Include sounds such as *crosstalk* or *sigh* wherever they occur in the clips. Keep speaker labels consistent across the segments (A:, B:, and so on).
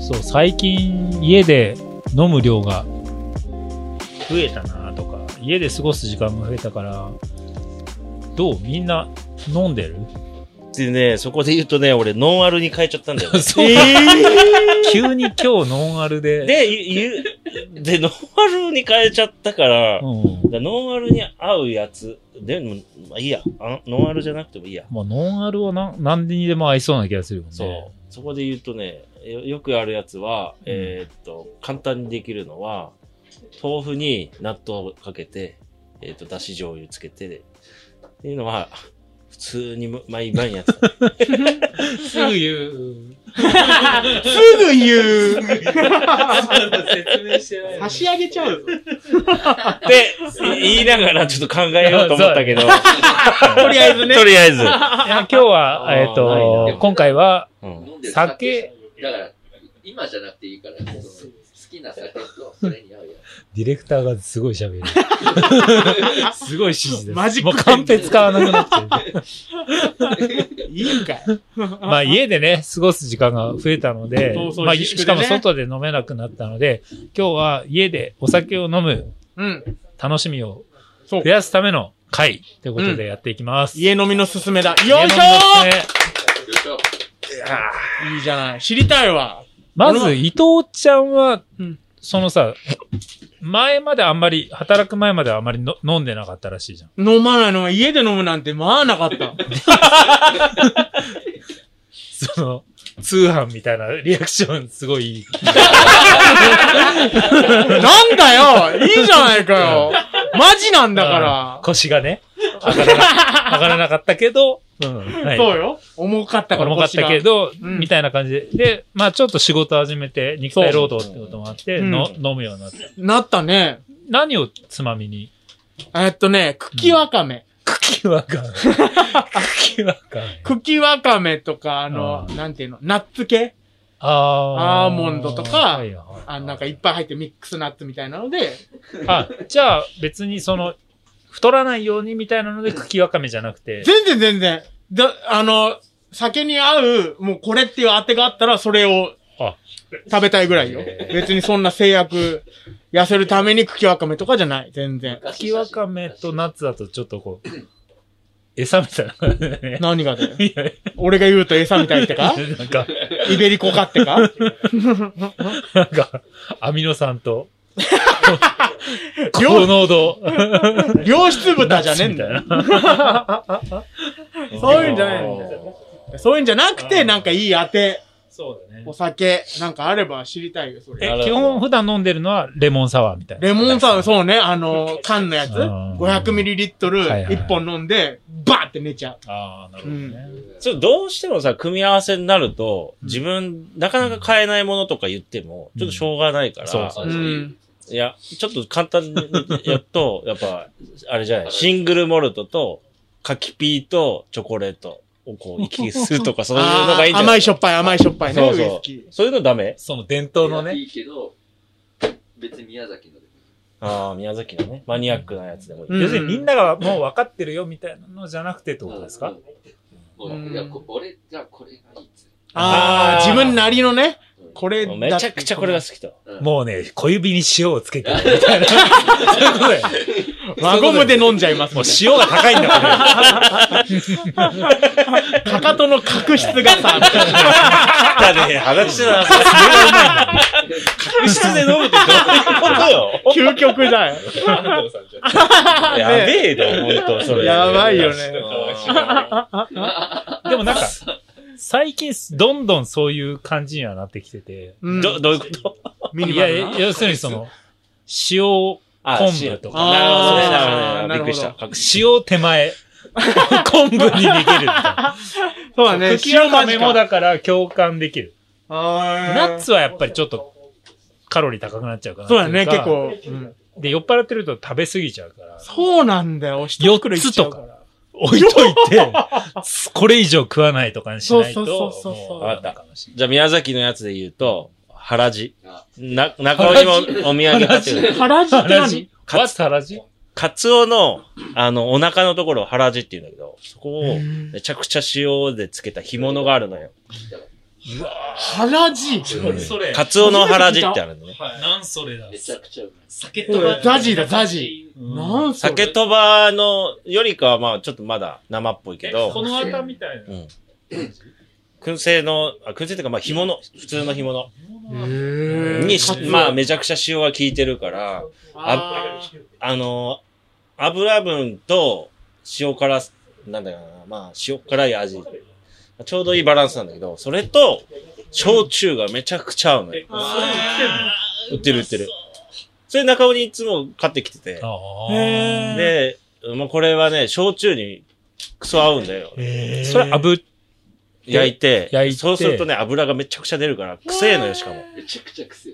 A: そう、最近家で飲む量が増えたなとか、家で過ごす時間も増えたから、どうみんな飲んでる
B: でね、そこで言うとね、俺、ノンアルに変えちゃったんだよ、ね。
A: *laughs* そう急に今日ノンアルで。
B: で、ゆ、ゆで、ノンアルに変えちゃったから、
A: うん。
B: だノンアルに合うやつ。でも、まあいいやあ。ノンアルじゃなくてもいいや。
A: まあ、ノンアルはな何にでも合いそうな気がするよね。
B: そう。そこで言うとね、よよくあるやつは、えーっと、簡単にできるのは、豆腐に納豆をかけて、えーっと、だし醤油つけて、っていうのは、普通にむ毎晩やってた。
A: すぐ
B: *laughs*
A: 言う。
C: すぐ言う
A: 説明してな
C: 差し上げちゃう
B: で、言いながらちょっと考えようと思ったけど、
C: とりあえずね。
B: *laughs* とりあえず。
A: いや今日は、
B: あー
A: えっ、
B: ない
A: と
D: な、
A: 今回は、
B: うん
D: 飲んでる
A: 酒
D: だから、今じゃなくていいから、その好きな酒とそれに合うや
A: ディレクターがすごい喋る。
C: *laughs*
A: すごい指示です。
C: マジ
A: もうカンペ使わなくなっちゃう。
C: *laughs* いいんかい。
A: まあ家でね、過ごす時間が増えたので、
C: そうそう
A: まあ
C: 自粛
A: し
C: で
A: か
C: ね
A: も外で飲めなくなったので、今日は家でお酒を飲む
C: うん。
A: 楽しみを
C: そう
A: 増。やすための会ということでやっていきます。
C: 家飲みのすすめだ。よいしょ
A: 家飲みですね
D: よいしょ
C: ーいいじゃない。知りたいわ。
A: まず伊藤ちゃんは
C: うん、
A: そのさ、前まであんまり、働く前まではあんまりの飲んでなかったらしいじゃん。
C: 飲まないのは家で飲むなんてまあなか *laughs* った。
A: その、通販みたいなリアクションすごいいい。
C: なんだよいいじゃないかよマジなんだか
A: 腰がね、上がらな上がらなかったけど、うん。は
C: ら。
A: い
C: そうよ。重かったから
A: 重かっ
C: 腰が。
A: たけど、
C: うん
A: みたいな感じで。で、まあちょっと仕事始めて、肉体労働ってこともあって、
C: うん
A: の飲むようになった。
C: なったね。
A: 何をつまみに
C: えっとね、茎わかめ。
A: 茎わ *laughs* かめ。茎わかめ。
C: 茎わかめとか、あの、
A: あ
C: なんていうの、ナッツ系
A: あ
C: アーモンドとか
A: はいはいはい
C: あのなんかいっぱい入ってミックスナッツみたいなので、
A: あ、じゃあ別にその、太らないようにみたいなので茎わかめじゃなくて。
C: 全然全然。だ、あの、酒に合う、もうこれっていう当てがあったら、それを
A: あ
C: 食べたいぐらいよ。別にそんな制約、痩せるために茎わかめとかじゃない。全然。
A: 茎わかめとナッツだとちょっとこう、餌みたいな *laughs* 感じだね。
C: 何がだよ。
A: いやい
C: 俺が言うと餌みたいって
A: *laughs*
C: か
A: やなんか、
C: イベリコかってか
A: なんか、アミノ酸
C: *laughs*
A: と、高
C: 両
A: 濃度。
C: 良質豚じゃねえんだよ。
A: よ。
C: そういうんじゃないんだよ。そういうんじゃなくて、なんかいい当て、
A: そうだね
C: お。酒、なんかあれば知りたいよ、それ。
A: え、基本普段飲んでるのはレモンサワーみたいな。
C: レモンサワー、そうね、あの、缶のやつ、
A: うん
C: 500ミリリットル、
A: はいはい
C: 1本飲んで、バーって寝ちゃう。
A: ああ、なる
C: ほどね。
B: ちょっとどうしてもさ、組み合わせになると、自分、なかなか買えないものとか言っても、ちょっとしょうがないから、
A: そうそう
C: うん。
B: いや、ちょっと簡単にやっと、やっぱ、あれじゃない、シングルモルトと、柿ピーとチョコレートをこう、行き来するとか、そういうのがいいんじゃ
C: あー
B: な
C: 甘
B: い
C: いしょっぱい、甘いしょっぱいね、
B: そう
C: ウイ
B: そ
C: スキー
B: う。そういうのダメ
A: その伝統の
D: いやい
A: ね。
D: いけど、別に宮崎のでもいい。
B: ああ、宮崎のね、マニアックなやつでもいい。
C: うん
A: 要するにみんながもう分かってるよみたいなのじゃなくてってことです
D: う
A: か
D: んもう
C: うん
D: いやこ俺、じゃあこれがいいっつ。
B: あ
C: ああ、
B: ー
C: 自分なりのね、
D: うん
C: これだって
B: めちゃくちゃこれが好きと。
D: うん
A: もうね、小指に塩をつけてる
C: *laughs*
A: みたいな。そういうことだよ。
C: 輪ゴムで飲んじゃいます
A: もう。塩が高いんだから。
C: かかとの角質が
B: *laughs*
C: さ、
B: だね、話して
C: *laughs*
B: たな。確執で飲むってどういうことよ。
C: 究極だよ。
B: *laughs* やべえだよ、ほんと、それ。
C: やばいよね
A: でもなんか、最近どんどんそういう感じにはなってきてて。
C: うん
B: ど、どういうこと
C: ミニ
A: い
C: マ
A: や、
C: ルな。
A: 要するに
C: *laughs*
A: その、塩、
B: あ
A: 昆布とか
B: なるほどね、なる
C: あー
B: ほどね。びっくりした
C: な。
A: 塩手
C: *laughs*
A: 前。昆布に逃げるみたいな。
C: そうだね、
A: 茎わ
C: 塩
A: か
C: ま
A: め
C: じ
A: も
C: か。
A: だから共感できる。ナ
C: ナ
A: ッツはやっぱりちょっとカロリー高くなっちゃうから。
C: そうだね、結。構。うん
A: で、酔っ払ってると食べ過ぎちゃうから。
C: そうなんだよ、一袋いっちゃうから。
A: 置いとい
C: *laughs*
A: て、これ以上食わないとかにしないと。
C: そうそうそうそうそう
A: もダメかもしれ
B: じゃあ宮崎のやつで言うと、原地
D: あ。
B: な、中尾にもお土産買って
A: 原
B: る。
C: 原地
A: ない。原
C: って何
A: 地かつ原地
B: カツオの、あの、お腹のところを原地って言うんだけど、そこをめちゃくちゃ塩でつけた干物があるのよ。
C: 原地
A: それ
B: カツオの原地ってあるのね。
A: なんそれだ
D: めちゃくちゃうまい。
E: 酒
C: とばザジだザジなんそれ
B: 酒とばのよりかはまあちょっとまだ生っぽいけど、
A: の旗みたい
B: うん。燻製の、あ、燻製っていうかまあ干物、普通の干物
C: へ
B: にし
C: ー、
B: まあめちゃくちゃ塩が効いてるから、
C: あー
B: あの、油分と塩辛、なんだかな、まあ塩辛い味。ちょうどいいバランスなんだけど、それと、焼酎がめちゃくちゃ合うのよ。売ってる売ってる。それ中尾にいつも買ってきてて。
A: あ
C: へ
A: ー
C: ー
B: で、もうこれはね、焼酎にクソ合うんだよ。
C: へー
A: それ炙っ
B: 焼いて、
A: 焼いて
B: そうするとね、油がめちゃくちゃ出るから、臭えのよ、しかも。
D: めちゃくちゃ癖。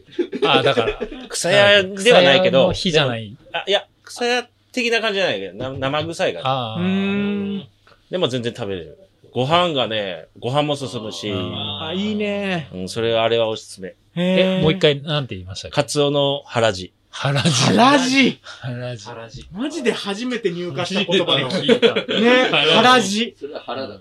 A: ああ、だから。
B: 草屋ではないけ
A: 草屋
B: ど
A: の、火じゃない。
B: あ、いや、草屋的な感じじゃないけど、な生臭いから。
A: あ
C: う
A: あ。
C: ーん。
B: でも全然食べれる。ご飯がね、ご飯も進むし、
A: あ
C: あ、いいね。
B: うん、それ、あれはおすすめ。
C: へ
A: え、
C: ー
A: もう一。回、なんて言いましたっけ
B: カツオの原地。
A: 原地。
C: 原地
A: 原地。
E: 原地。
C: マジで初めて入荷した言葉の。ね、
A: いた。
C: 原地。
D: それは腹だか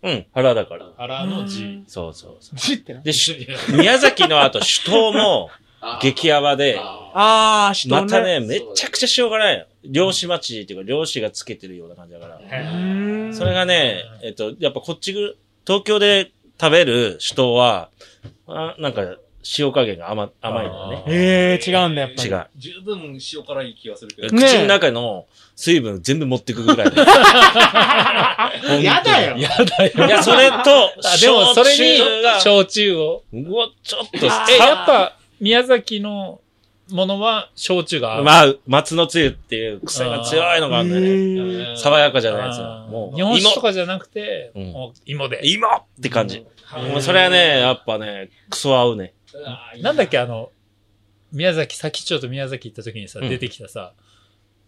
B: うん、原だから。
A: 原
C: の地。
B: そうそうそ
C: 地ってな
B: う。。で、し宮崎の後、首都も
D: ら。
B: 激ヤバで、
D: あ
C: あー、人
B: また。ね、めちゃくちゃしょうがないの。漁師町っていうか、漁師がつけてるような感じだから。
C: うーん
B: それがね、えっと、やっぱこっちぐ、東京で食べる首都は、あなんか、塩加減が甘、甘いんだよね。
C: えー、違うんだ、やっぱ
B: 違
C: り。
B: う。
E: 十分塩辛い気がするけど。
B: 口の中の水分全部持ってくぐ
A: *laughs*
B: らいだよ。
C: やだよ。
A: やだよ。
B: いや、それと、
A: あでも、それ
B: 焼酎が
A: に、焼酎を。
B: うわ、ちょっと、
A: え、
B: さ
A: やっぱ、宮崎のものは、焼酎が合う。
B: まあ、松のつゆっていう癖が強いのがあるんだよね。
C: へー
B: 爽やかじゃないやつ
A: あ
B: が。
A: ー
B: もう、
A: 日本
B: 芋
A: 酒とかじゃなくて、
B: うん
A: もう芋で。
B: 芋って感じ。もうそれはね、やっぱね、クソ合うね。
A: なんだっけ、あの、宮崎、さっきちょっと宮崎行った時にさ、
B: うん
A: 出てきたさ、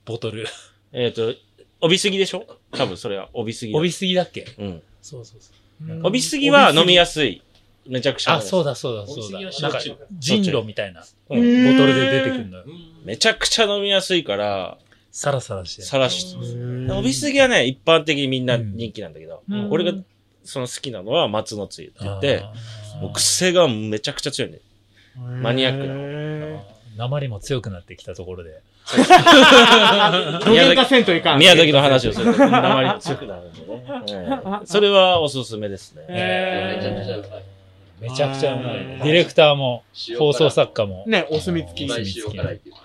A: ボトル。
B: えっと、帯すぎでしょ多分それは帯すぎだ。
A: 帯すぎだっけ
B: うん。
A: そうそうそう。
B: 帯すぎは飲みやすい。めちゃくちゃ合う。
A: あ、そうだそうだそうだ。
E: 帯すぎ
A: なん
E: は
A: か
E: 焼酎、
A: 人狼みたいな、
B: うん
C: へー
A: ボトルで出てくるのよ。
B: めちゃくちゃ飲みやすいから、
A: サラサラして。
B: さらし、
C: うん
B: 飲みすぎはね、一般的にみんな人気なんだけど、
C: うん
B: 俺がその好きなのは松のつゆって言って、
A: あー
B: もう癖がめちゃくちゃ強いんで。マニアックな
C: な。
A: 鉛も強くなってきたところで。
C: 土
B: 宮
C: 源化
B: 崎
C: せんといかん。
B: 宮崎の話を
A: *laughs*
B: すると、あまり強くなるんでね。うんそれはおすすめですね。
D: めちゃ
C: え
D: くちゃうまい。
A: めちゃくちゃうまい
C: あ
A: ね。
C: ー
A: ディレクターも、
D: 塩辛
A: 放送作家も
C: ー。。ね、お墨付
D: 二
C: き。
D: 倍塩辛いっていう。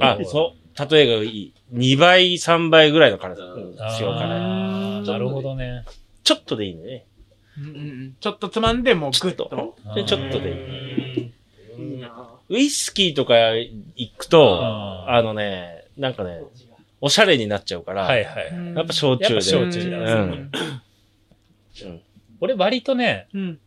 B: あ、そう。例えがいい。2倍、3倍ぐらいの辛さ。
D: うん
B: うん塩
A: あー
B: 辛い。
A: なるほどね。
B: ちょっとでいいんでね。
C: うんうんうんちょっとつまんで、もうグッと。
B: でちょっとでいい。
C: いいな
B: ウイスキーとか行くと、
A: あー
B: あのね、なんかね、おしゃれになっちゃうから、
A: はいはい。
B: やっぱ焼酎で。
A: やっぱ焼酎だ
B: う
A: ね
B: ん。
A: 俺割とね、
C: うん。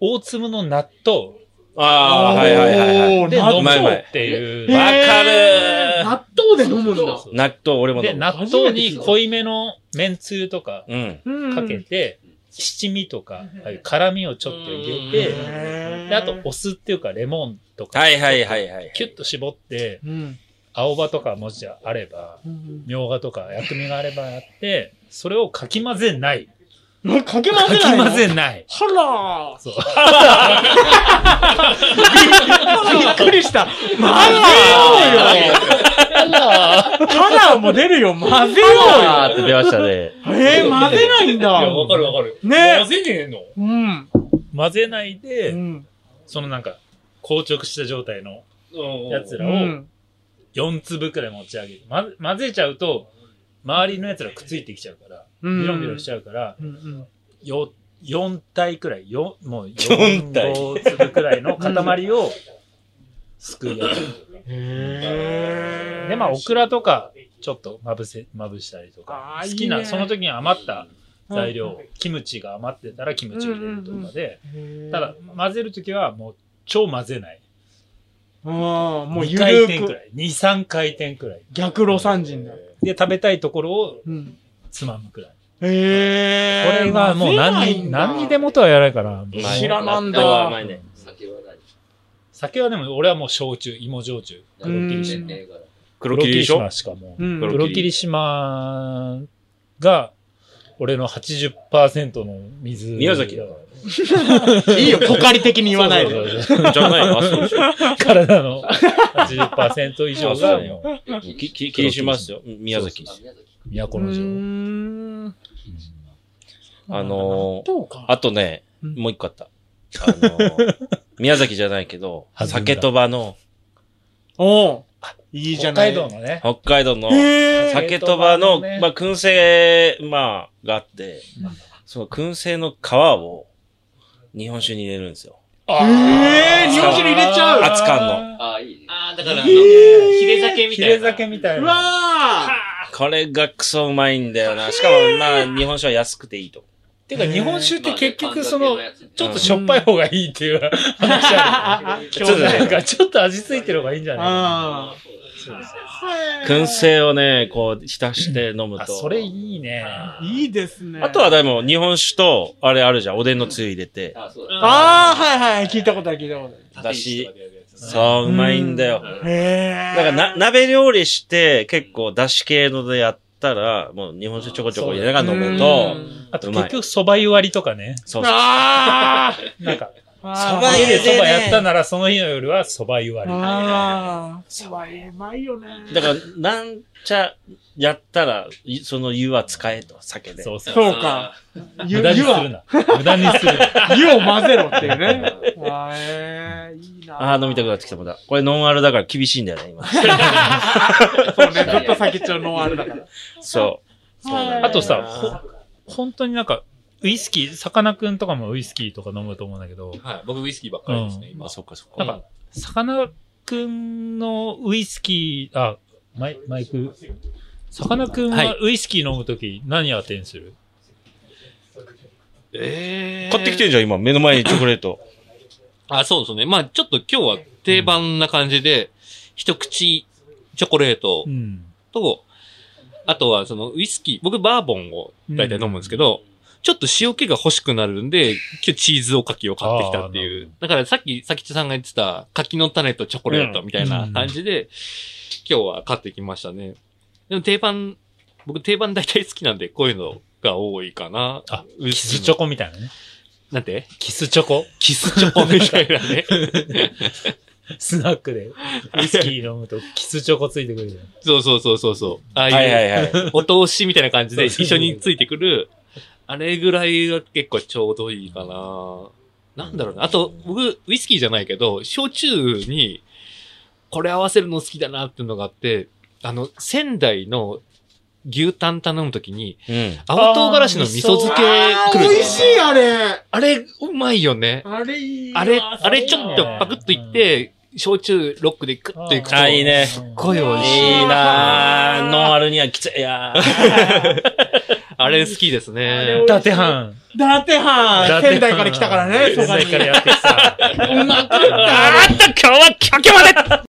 A: 大粒の納豆。
B: ああ、はいはいはいはい。
C: おー
A: で、
C: 納
A: 納
C: 豆
A: 豆っていう。
B: わかる
C: へー納豆で飲むんだ。
D: そ
B: 納豆、俺も
A: で、
B: 飲む。
A: 納豆に濃いめの麺つゆとか
B: うん。
C: うん
A: かけて、七味とか、ああいう辛味をちょっと入れて、
C: へー
A: であとお酢っていうかレモンとか、
B: はいはいはいはい。
A: キュッと絞って、
C: うん。
A: 青葉とかもしあれば、
C: うん
A: みょうがとか薬味があればあって、それをかき混ぜない。
C: うんかけ混
A: か
C: ぜ
A: き
C: ないの
A: 混ぜない。
C: は
A: そう。
C: らーびっくりした。混ぜようよはらーも出るよ。混ぜよ
B: あーって出ましたね。
C: うよ。えー、混ぜないんだ。
E: かるわかる。
C: ね
E: ぜねえの
C: うん。
A: 混ぜないうで、
C: ん。
A: そのなんか、硬直した状態のやつ
C: う
A: らを
C: ん。
A: 4粒くらい持ち上げて、ま、混ぜちゃうと、周りのやつらくっついてきちゃうから、
C: うん
A: ビロンビロンしちゃうから、
C: うんうん
A: よ、4体くらい、よ、もう
B: 四体
A: 5粒くらいの塊を、すくい上げる。
C: へー
A: で、まあ、オクラとか、ちょっとまぶせ、まぶしたりとか
C: あ、ー
A: 好きな、
C: いいね
A: その時に余った材料をキムチが余ってたらキムチを入れるとかで、
C: へー
A: ただ、混ぜるときはもう超混ぜない。
C: ああ、も
A: 2
C: うゆ
A: 回
C: る
A: 転く
C: く、
A: らい。2、3回転くらい。
C: 逆路三人だ。
A: で、食べたいところを
C: うん。
A: つまむくらい。
C: へえ。
A: これがもう何、何にでもとはやらないから。もう
B: まあ
C: 知らなんだ
B: 納豆は甘いね。
D: 酒は何
A: 酒はでも俺はもう焼酎、芋焼酎。
D: 何
C: うん
D: 年齢から。
B: 黒霧でしょ
A: 黒霧島しかも
C: う
A: う。
C: ん。
B: 黒
A: 黒霧島が、俺の80%の水。
B: 宮崎だ
A: か
B: から
C: いいよ、ポカリ的に言わない
A: そう
C: で。
A: そうそう
B: じゃないよ。あ、そうでしょ。
A: 体の80%以上
B: あそう
A: が
B: だよ
A: もう
B: き、き、霧島ですよ。宮崎
D: あ。宮崎。
A: 都
C: う
A: の城。
C: ーん。
B: あのー
C: 納豆か。
B: あとね、
C: うん
B: もう一個あった。あのー、宮崎じゃないけど、
A: 弾んだ
B: 酒とばの、
C: おういいじゃ
A: 北
C: ない。
A: 海道のね。
B: 北海道の、
C: へえ。
B: 酒とば
A: 酒とば
B: の、
A: のね
B: まあ、燻製、まあ、があって
A: うん、
B: その燻製の皮を日本酒に入れるんですよ。
C: えー日本酒に入れちゃう
B: 熱燗
D: ああ、いいね。
E: ああ、だから、あの、
A: えー
E: ヒレ酒み
A: ヒ
E: たいな。
A: レ酒みたいうな。
C: わ
B: これがクソうまいんだよな。しかも、まあ、日本酒は安くていいと。
A: てか日本酒って結局その
D: まあ、ね、
A: ちょっとしょっぱい方がいいっていう話ある。
C: あ
B: ちょっと
A: なん
B: ね、
A: かちょっと味付いてる方がいいんじゃない
C: あ
B: 燻製をね、こう、浸して飲む
A: あ、
B: と。
A: それいいね。
C: いいですね。
B: あとはでも、日本酒と、あれあるじゃん、おでんのつゆ入れて。
D: あ、そう
E: うん
D: だ。
C: ああ、はいはい、聞いたことある聞いたことあ
E: 縦にとかでやるやつ
B: そう、うまいんだよ。
C: る。へ
B: だ
C: え。
B: からな、鍋料理して、結構、だし系のでやったら、もう、日本酒ちょこちょこ入れながら飲む
C: う
B: と、
C: ん
A: あと
B: うまい
A: 結局蕎麦湯割りとかね。
B: そうそう。
C: あ
A: なんか、
C: あ。
B: そば
A: 家で蕎麦やった
B: な。
A: ならその日の夜は蕎麦湯割り。
C: ああ。そばうまいよね。
B: だから、なんちゃ、やったら、いその湯は使えと、酒で。
A: そうそう。
C: そうか。
A: 無
C: 湯
A: 駄に
C: 湯
A: する
C: は、
A: な。無駄にするな。
C: *laughs* 湯を混ぜろっていうね。 *laughs* あえいいな。
B: ああ、飲みたくなってきたもんだ。これノンアルだから厳しいんだよね、今。
C: そうね、ずっと先っちょのあれだ *laughs* から。
B: そ
C: あ
A: あとさ、ほ、本当になんか、ウイスキー、さかなクンとかもウイスキーとか飲むと思うんだけど、
E: はい。僕、ウイスキーばっかりですね、
B: う。ま
E: 今
B: あ、。そっかそっ
A: な
B: か。
A: んか、さかなクンのウイスキー、あ、マイマイク、さかなクン
B: はい
A: はウイスキー飲むとき何当てにする、
E: え
B: 買ってきてるじゃん、今。目の前にチョコレート。
E: あ、そうですね。まあ、ちょっと今日は定番な感じで、一口チョコレート
A: うん。
E: と、あとはそのウイスキー、僕バーボンを大体飲むんですけど、ちょっと塩気が欲しくなるんで、今日チーズおかきを買ってきたってい
A: あーなる
E: う。だからさっき、さきちさんが言ってた、柿の種とチョコレートみたいな感じで、今日は買ってきましたね。でも定番、僕定番大体好きなんで、こういうのが多いかな。
A: あ、
E: ウイ
A: キ
E: スキー
A: スチョコみたいなね。
E: なんて
A: キスチョコ
E: キスチョコみたいなね。
A: スナックでウイスキー飲むとキスチョコついてくるじゃん。
E: *laughs* そうそうそうそうそう。ああいう、
B: はいはいはい。
E: お通しみたいな感じで
A: そうそう
E: 一緒についてくる、あれぐらいが結構ちょうどいいかな。なんだろうな。あと、僕、ウイスキーじゃないけど、焼酎に、これ合わせるの好きだなっていうのがあって、あの、仙台の牛タン頼むときに、
B: うん。
E: 青唐辛子の味噌漬け
C: あ
E: 来
C: ー
E: るじゃん
C: 美味しい、あれ。
E: あれ、うまいよね。
C: あれいいわ。
E: あれ、
C: そ
E: あれちょっとパクッといって、焼酎ロックでクッといくと、
B: あーいいね
E: すっごい美味しい。
B: いいなぁ。ノンアルにはきつい。いやー
E: あれ好きです
C: あれ美味
E: ね
C: しい。
A: 伊達藩。
C: 伊達藩、仙台から来たから
A: 仙
C: ね、そば
A: 台
C: に。
A: からやってきた。
C: うまかった。
B: あんた今日はキャキャまで